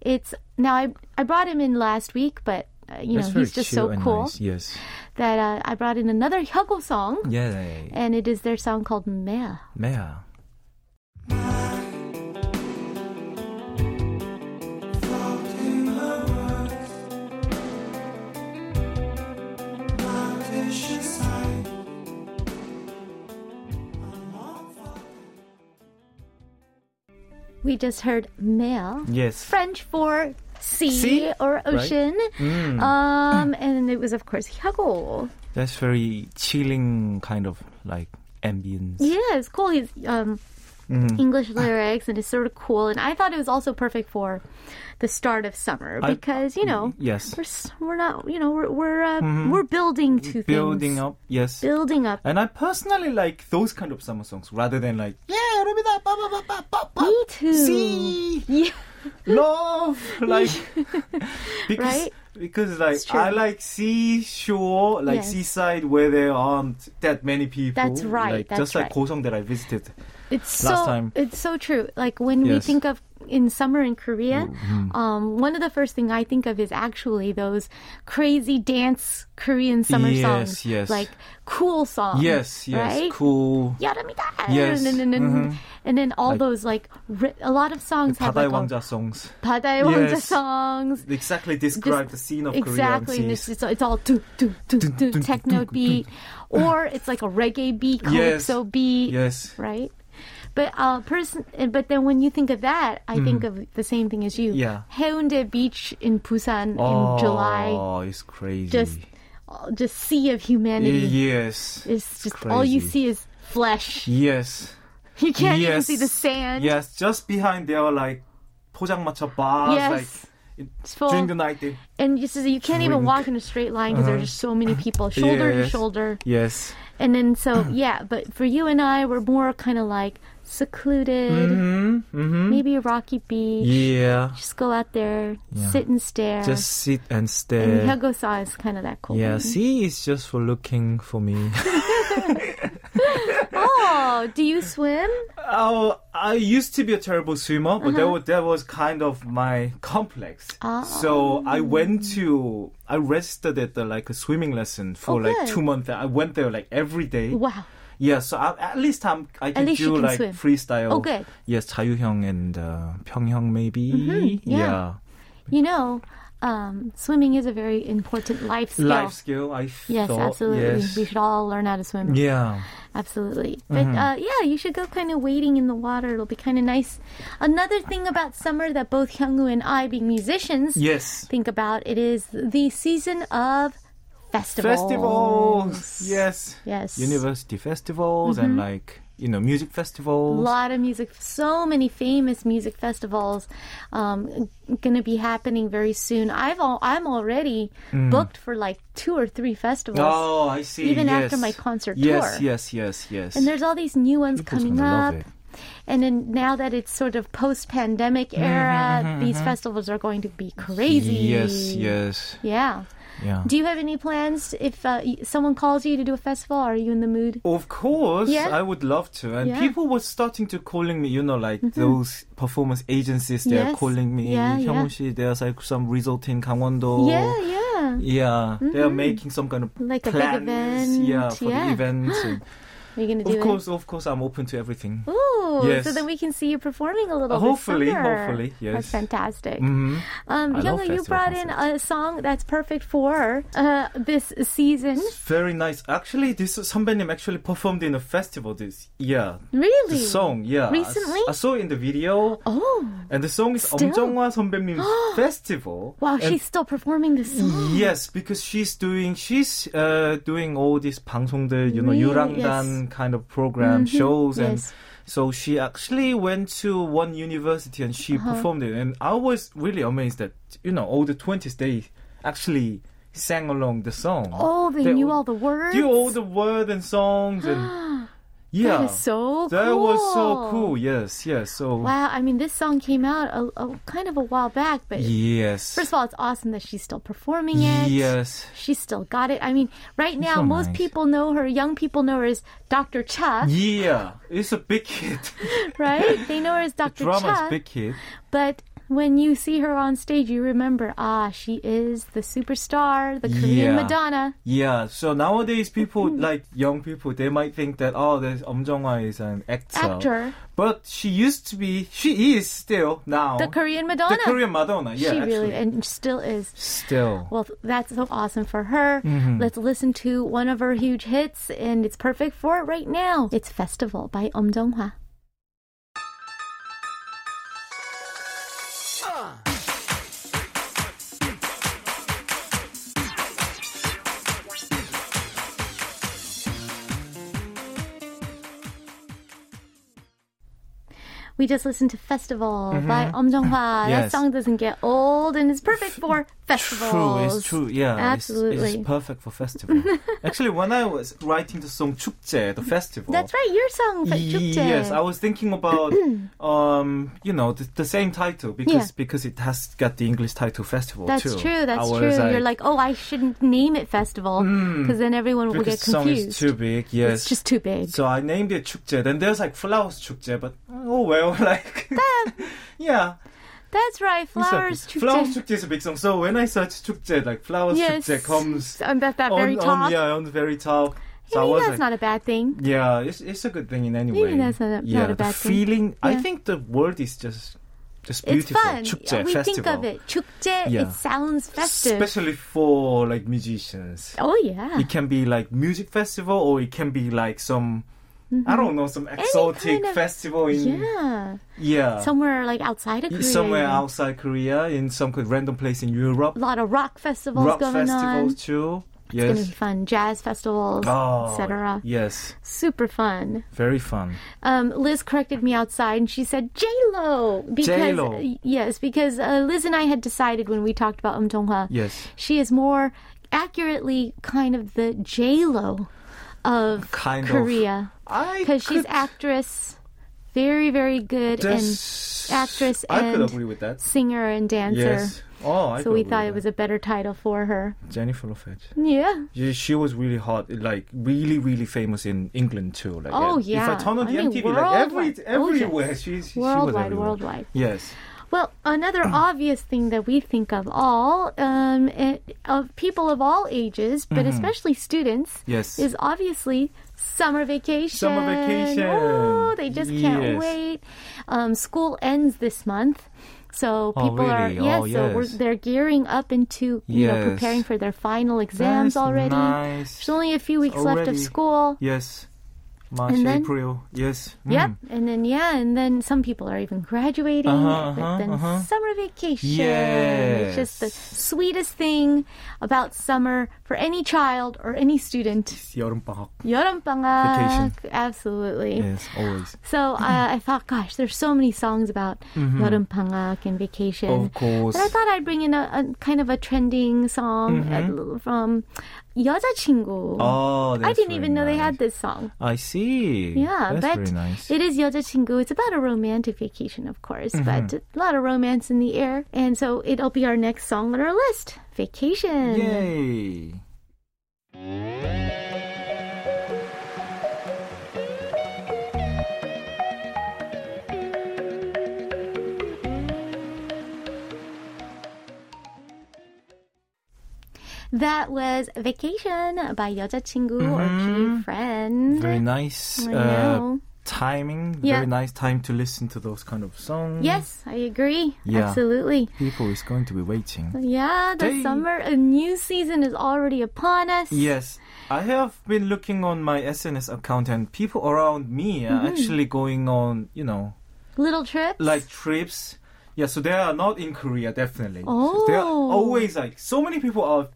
It's now I I brought him in last week, but uh, you That's know very he's just chill so and cool Nice. Yes. that uh, I brought in another Hyogo song, Yeah, yeah, yeah. and it is their song called Mea. Mea. We just heard Mea, Yes. French for sea, Sea, or right. Mm. ocean, um, and it was of course Hyogo. That's very chilling kind of like ambience. Yeah, it's cool. He's um, Mm-hmm. English lyrics, and it's sort of cool. And I thought it was also perfect for the start of summer I- because you know Yes. we're s- we're not you know we're we're uh, we're building to Mm-hmm. Building things. up. Uh, Yes. building up. and I personally like those kind of summer songs rather than like yeah, rubbida, ba, ba, ba, ba, ba, Me too. See, Yeah, love, like because Right? because like It's true. I like seashore, like Yes. seaside where there aren't that many people. That's right, Like, that's just like right. Gosong that I visited. It's Last so time. it's so true. Like when we Yes. Mm-hmm. think of in summer in Korea, um, one of the first thing I think of is actually those crazy dance Korean summer Yes, songs, yes. like cool songs. Yes, Um, yes, right? cool. Yaramida. Yes, Mm-hmm. And, then- and, then- and then all Like- those like ri- a lot of songs have Padai like Wangja songs. Padai Wangja Yes. songs. They exactly describe the scene of exactly. Korean and seas. it's, it's, it's all do do do Dun, do dun, techno dun, dun, beat, or it's like a reggae beat, Yes. calypso beat Yes. right? But uh, person, but then when you think of that, I think of the same thing as you. Mm-hmm. Yeah. Haeundae Beach in Busan oh, in July, it's crazy. just uh, just sea of Y- humanity. yes. It's just all you crazy. see is flesh. Yes. You can't even Yes. see the sand. Yes, just behind there are like 포장마차 bars, Yes. like It's full, during the night. They, and you, see- you can't even Drink. Uh-huh. walk in a straight line because there's just so many people, shoulder to Yes. shoulder. yes. And then Mm. so yeah, but for you and I, we're more kind of like secluded, maybe a rocky beach. Mm. Mm-hmm, Yeah. Just go out there, Yeah. sit and stare. Just sit and And stare. Hyogosa is kind of that cool. Yeah, one. sea is just for looking for me. Oh, do you swim? oh, I used to be a terrible swimmer, but Uh-huh. that was that was kind of my complex. So Oh. I went to I registered at the like a swimming lesson for Oh, like good. two months. I went there like every day. Wow. Yeah, so I, at least I'm I can least you do can like swim. freestyle. Oh, good. Yes, 자유형 and uh, 평형 maybe. Mm-hmm. yeah. You know, um, swimming is a very important life skill. Life skill, I Yes, thought. absolutely. Yes. We should all learn how to swim. Yeah. Mm-hmm. Absolutely. But uh, yeah, you should go kind of wading in the water. It'll be kind of nice. Another thing about summer that both Hyungwoo and I, being musicians, Yes. think about it is the season of festivals. Festivals. Yes. Yes. Mm-hmm. University festivals and like you know music A festivals. lot of music, so many famous music festivals, um, going to be happening very soon. I've all, I'm already Mm. booked for like two or three festivals, Oh, I see. even yes. after my concert Yes, tour. yes, yes, yes. And there's all these new ones People's coming gonna up. love it. And then now that it's sort of post-pandemic Mm-hmm, era, these festivals are going to be crazy. Yes, yes, Yeah. yeah. Do you have any plans if uh, y- someone calls you to do a festival? Are you in the mood? Of course, Yeah. I would love to. And Yeah. Mm-hmm. people were starting to calling me, you know, like those performance agencies. They are Yes. calling me. Yeah, yeah. "Hyungwoo 씨, there's like some resort in Gangwon-do. Yeah, yeah. Yeah, they are making some kind of Like a big event, plans, Yeah, for yeah. the event. and- Are you going to do it? of course, of course, I'm open to everything. Ooh, Yes. so then we can see you performing a little. Uh, this hopefully, summer. hopefully, yes. That's fantastic. hmm Um, I love Younga, you festival brought in a song that's perfect for uh, this season. Very nice. Actually, this 선배님 actually performed in a festival this year. Really? The song, yeah. I s- Recently? I, saw it in the video, Oh, and the song is Still? 엄정화 선배님's festival. wow, And- Mm. she's still performing this song. Yes, because she's doing she's uh, doing all these 방송들, you know, Really? Mm-hmm. 유랑단 kind of program shows, and Yes. so she actually went to one university and she Uh-huh. performed it, and I was really amazed that you know all the twenties they actually sang along the song. Oh, they, knew all the words. knew all the word and songs and yeah, That is so that cool. was so cool. Yes, yes. So Wow, I mean, this song came out a, a kind of a while back, but yes, first of all, it's awesome that she's still performing it. yes. She's still got it. I mean, right now, so most nice. people know her, young people know her as Dr. Cha, Yeah, it's a big hit. right? They know her as Dr. Drama Cha. is big hit. But when you see her on stage, you remember, ah, she is the superstar, the Korean Yeah. Madonna. Yeah, so nowadays people Mm-hmm. like young people they might think that oh, this Om Jong Hwa is an actor. Actor. But she used to be she is still now The Korean Madonna. the Korean Madonna. Yeah, she really actually. and still is. still. Well, that's so awesome for her. Let's listen to one of her huge hits, and it's perfect for it right now. It's Festival by Om Dong Hwa. We just listened to Festival by Om Jong Hwa. That Yes. song doesn't get old and it's perfect for True, festivals. it's true. Yeah, it's- It's, Absolutely. perfect for festival. Actually, when I was writing the song 축제, the festival. That's right, your song, Fe- Chukje. Yes, I was thinking about um, you know the, the same title because Yeah. because it has got the English title festival That's too. true. That's I true. was Hmm. You're like, oh, I shouldn't name it festival because then everyone will get because the song confused. is too big. Yes, It's just too big. so I named it 축제. Then there's like flowers 축제, but oh well, like yeah. That's right, it's like- flowers. Chukje. Flowers 축제 is a big song. So when I search 축제, like flowers Yes, 축제 comes on that, that very on, top. on yeah on the very top. So I I mean, was that's like, not a bad thing. Yeah, it's, it's a good thing in any Maybe way. that's not a- yeah, not a the bad thing. feeling. I Yeah. think the word is just just It's beautiful. fun. 축제, we think festival. of it. Chukje, Yeah. it sounds festive. especially for like musicians. oh, yeah. It can be like music festival, or it can be like some I don't know some exotic Mm-hmm. kind of- festival in yeah. yeah, Somewhere like outside of Korea. uh, somewhere even. outside Korea in some kind of random place in Europe. A lot of rock festivals Rock going festivals on. too. It's going to Yes. be fun. Jazz festivals, Oh, etc. Yes, Super fun. very fun. Um, Liz corrected me outside, and she said J Lo because J-Lo. yes, because uh, Liz and I had decided when we talked about Um Dong Hwa, Yes, she is more accurately kind of the J Lo of kind of. Korea I because she's could- actress, very very good That's- and actress I could and agree with and that. singer and dancer. Yes. Oh, I So we thought it was a better title for her. Jennifer Lopez. Yeah. Yeah, she was really hot, like really, really famous in England too. Like, Oh, If I turn on yeah. I mean, the MTV, like every worldwide. Oh, yeah. everywhere, she's she was Worldwide, everywhere. worldwide. Yes, Well, another obvious thing that we think of all, um, eh, of people of all ages, but especially students, Mm-hmm. yes. is obviously summer vacation. Summer vacation. Oh, they just can't Yes. wait. Um, school ends this month. So Oh, people are really? yeah, Oh, so we're, yes. they're gearing up into you know Yes. preparing for their final exams That's already. Nice. There's only a few weeks left of Already. school. yes, March, And then- April. Yes. Yep, Mm. and then yeah, and then some people are even graduating. Uh-huh, but uh-huh, then uh-huh. summer vacation. It's just the Yes. sweetest thing about summer for any child or any student. 여름방학. 여름방학, Vacation. Mm. absolutely. Yes, always. So uh, I thought, gosh, there's so many songs about 여름방학 and vacation. Mm-hmm. Of course. But I thought I'd bring in a, a kind of a trending song uh, from 여자친구. Mm-hmm. Oh, that's I didn't even know very they had nice. this song. I see. Yeah, that's but very nice. it is 여자친구. It's about a romantic vacation, of course, but Mm-hmm. a lot of romance in the air. And so it'll be our next song on our list, Vacation. Yay. That was Vacation by 여자친구 or G-Friend. Mm-hmm. Very nice. Mm-hmm. I Uh, know. timing. Yeah. Very nice time to listen to those kind of songs. Yes, I agree. Yeah. Absolutely. People is going to be waiting. Yeah, the They- summer, a new season is already upon us. Yes, I have been looking on my SNS account, and people around Mm-hmm. me are actually going on, you know, Little trips. like trips. Yeah, so they are not in Korea, definitely. Oh. They are always like, so many people are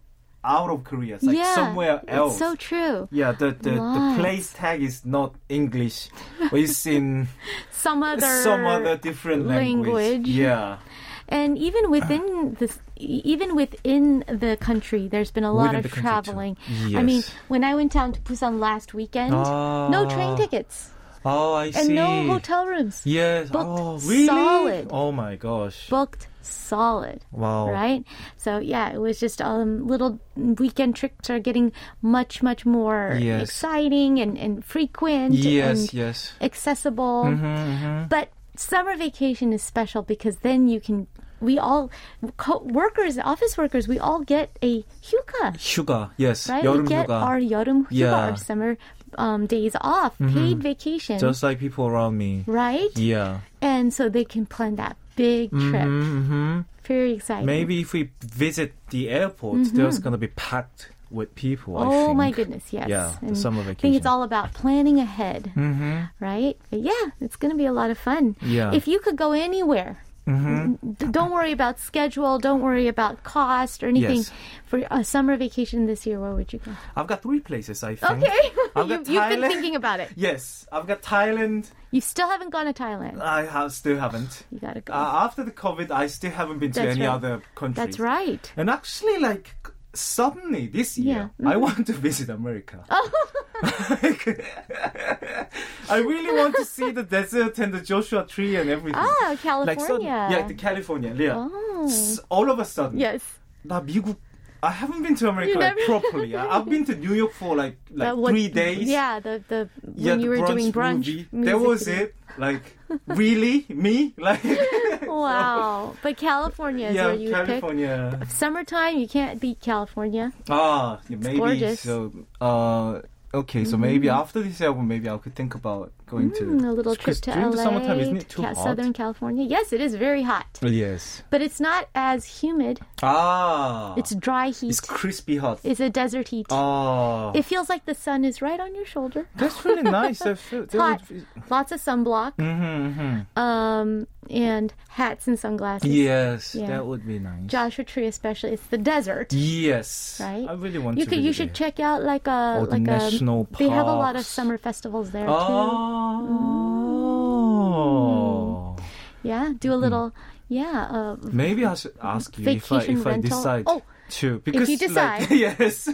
out of Korea, it's like yeah, somewhere It's else. so true. yeah, the, the, the Right. place tag is not English, but it's in Some other some other different language. language. Yeah, And even within this, even within the country, there's been a lot of Within the country, too. traveling. I mean, Yes. when I went down to Busan last weekend, no train Ah. tickets Oh, I and see. no hotel rooms. Yes. Booked oh, really? solid. Oh my gosh. Booked solid, wow. right? So yeah, it was just um, little weekend trips are getting much, much more Yes. exciting and and frequent Yes. and Yes. accessible. Mm-hmm, But summer vacation is special because then you can. We all co- workers, office workers, we all get a 휴가, Sugar. Yes. right? 여름 we get 휴가. our 여름 휴가, Yeah. Mm-hmm. our summer um, days off, paid vacation, Just like people around me. right? Yeah. And so they can plan that big trip. Very exciting. Mm-hmm. Maybe if we visit the airport, there's gonna be packed with people. I Mm-hmm. Oh think. my goodness, yes. Yeah, the And summer I think it's vacation. all about planning ahead, mm-hmm. right? But yeah, it's going to be a lot of fun. Yeah. Mm-hmm. If you could go anywhere D- Don't worry about schedule. Don't worry about cost or anything. Yes. For a summer vacation this year, where would you go? I've got three places, I think. Okay, I've you, got you've been Thailand. thinking about it. Yes, I've got Thailand. You still haven't gone to Thailand. I have, still haven't. You gotta go. Uh, after the COVID, I still haven't been to That's any right. other country. That's right. And actually, like suddenly this year, Yeah. mm-hmm. Oh. I want to visit America. I really want to see the desert and the Joshua Tree and everything. Ah, like sudden- California. yeah, the California. Yeah. Oh. S- All of a sudden, yes. 나 미국. I haven't been to America You like, never- properly. I, I've been to New York for like like That what- three days. Yeah, the the when Yeah, the you were brunch doing brunch. movie. That music was video. it. Like, really? Me? Like, Wow, but California is yeah, where you would pick. California. Summertime, you can't beat California. Ah, yeah, maybe gorgeous. Mm-hmm. so. Uh, okay, so maybe after this album, maybe I could think about going Mm, to a little trip because to during LA, the summertime, isn't it too Ca- hot? Southern California. Yes, it is very hot, Yes. but it's not as humid. Ah, It's dry heat. it's It's, crispy hot. a desert heat. ah, it feels like the sun is right on your shoulder. that's really nice. I feel, that hot. would be- Lots of sunblock, Mm. Mm-hmm, um, and hats and sunglasses. Yes, Yeah. that would be nice. Joshua Tree, especially, it's the desert. yes, Right? I really want You to. could, visit you should it. check out like a Or the like a. national They have a lot of parks. summer festivals there Ah. Mm. Oh. too. Yeah, do a little. Yeah, uh, Maybe I should ask you if I Vacation if I rental. decide Oh, to because you like, decide. yes.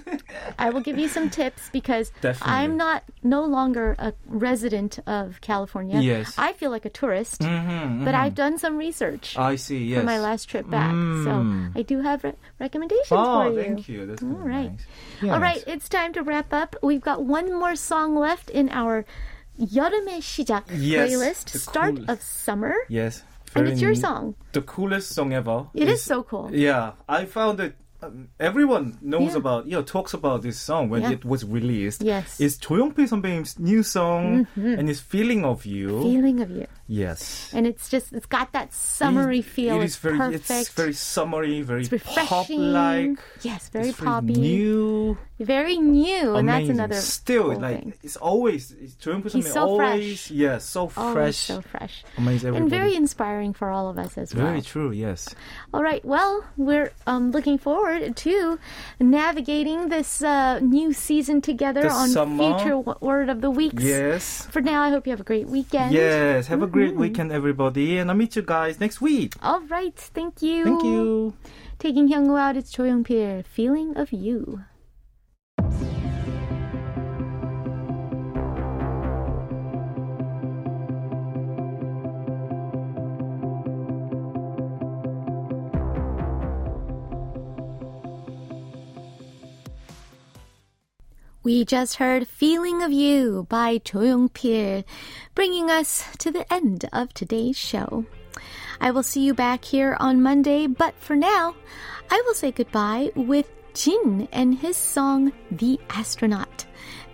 I will give you some tips because Definitely. I'm not no longer a resident of California. Yes. I feel like a tourist, Mhm, but I've done some research I see. for Ah, Yes. my last trip back, Mm. so I do have re- recommendations Oh, for you. thank you. That's All right. Nice. All right, it's time to wrap up. We've got one more song left in our 여름의 시작 Yes, playlist, the start coolest. of summer, Yes. and very it's your neat. song. The coolest song ever. It is so cool. Yeah, I found it. Um, everyone knows Yeah. about, you know, talks about this song when Yeah. it was released. Yes. It's 조용필 선배님's new song and it's Feeling of You. Feeling of you, yes. and it's just it's got that summery It- feel. It it's is very, perfect. it's very summery, very It's refreshing. pop-like. Yes, very it's poppy. new. Very new, and that's amazing. another Still, cool like, thing. it's always, it's 조용필 선배 He's so always, yeah, so Always fresh. so fresh, Amazing and very everybody. inspiring for all of us as well. Very true, yes. All right, well, we're um, looking forward to navigating this uh, new season together This on summer. future w- word of the weeks. Yes. For now, I hope you have a great weekend. Yes. Have a great mm-hmm. weekend, everybody. And I'll meet you guys next week. All right, thank you. Thank you. Taking Hyungwoo out, it's Choi Young Pierre. Feeling of you. We just heard Feeling of You by Choyung Pil, bringing us to the end of today's show. I will see you back here on Monday, but for now, I will say goodbye with Jin and his song The Astronaut.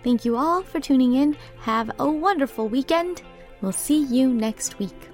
Thank you all for tuning in. Have a wonderful weekend. We'll see you next week.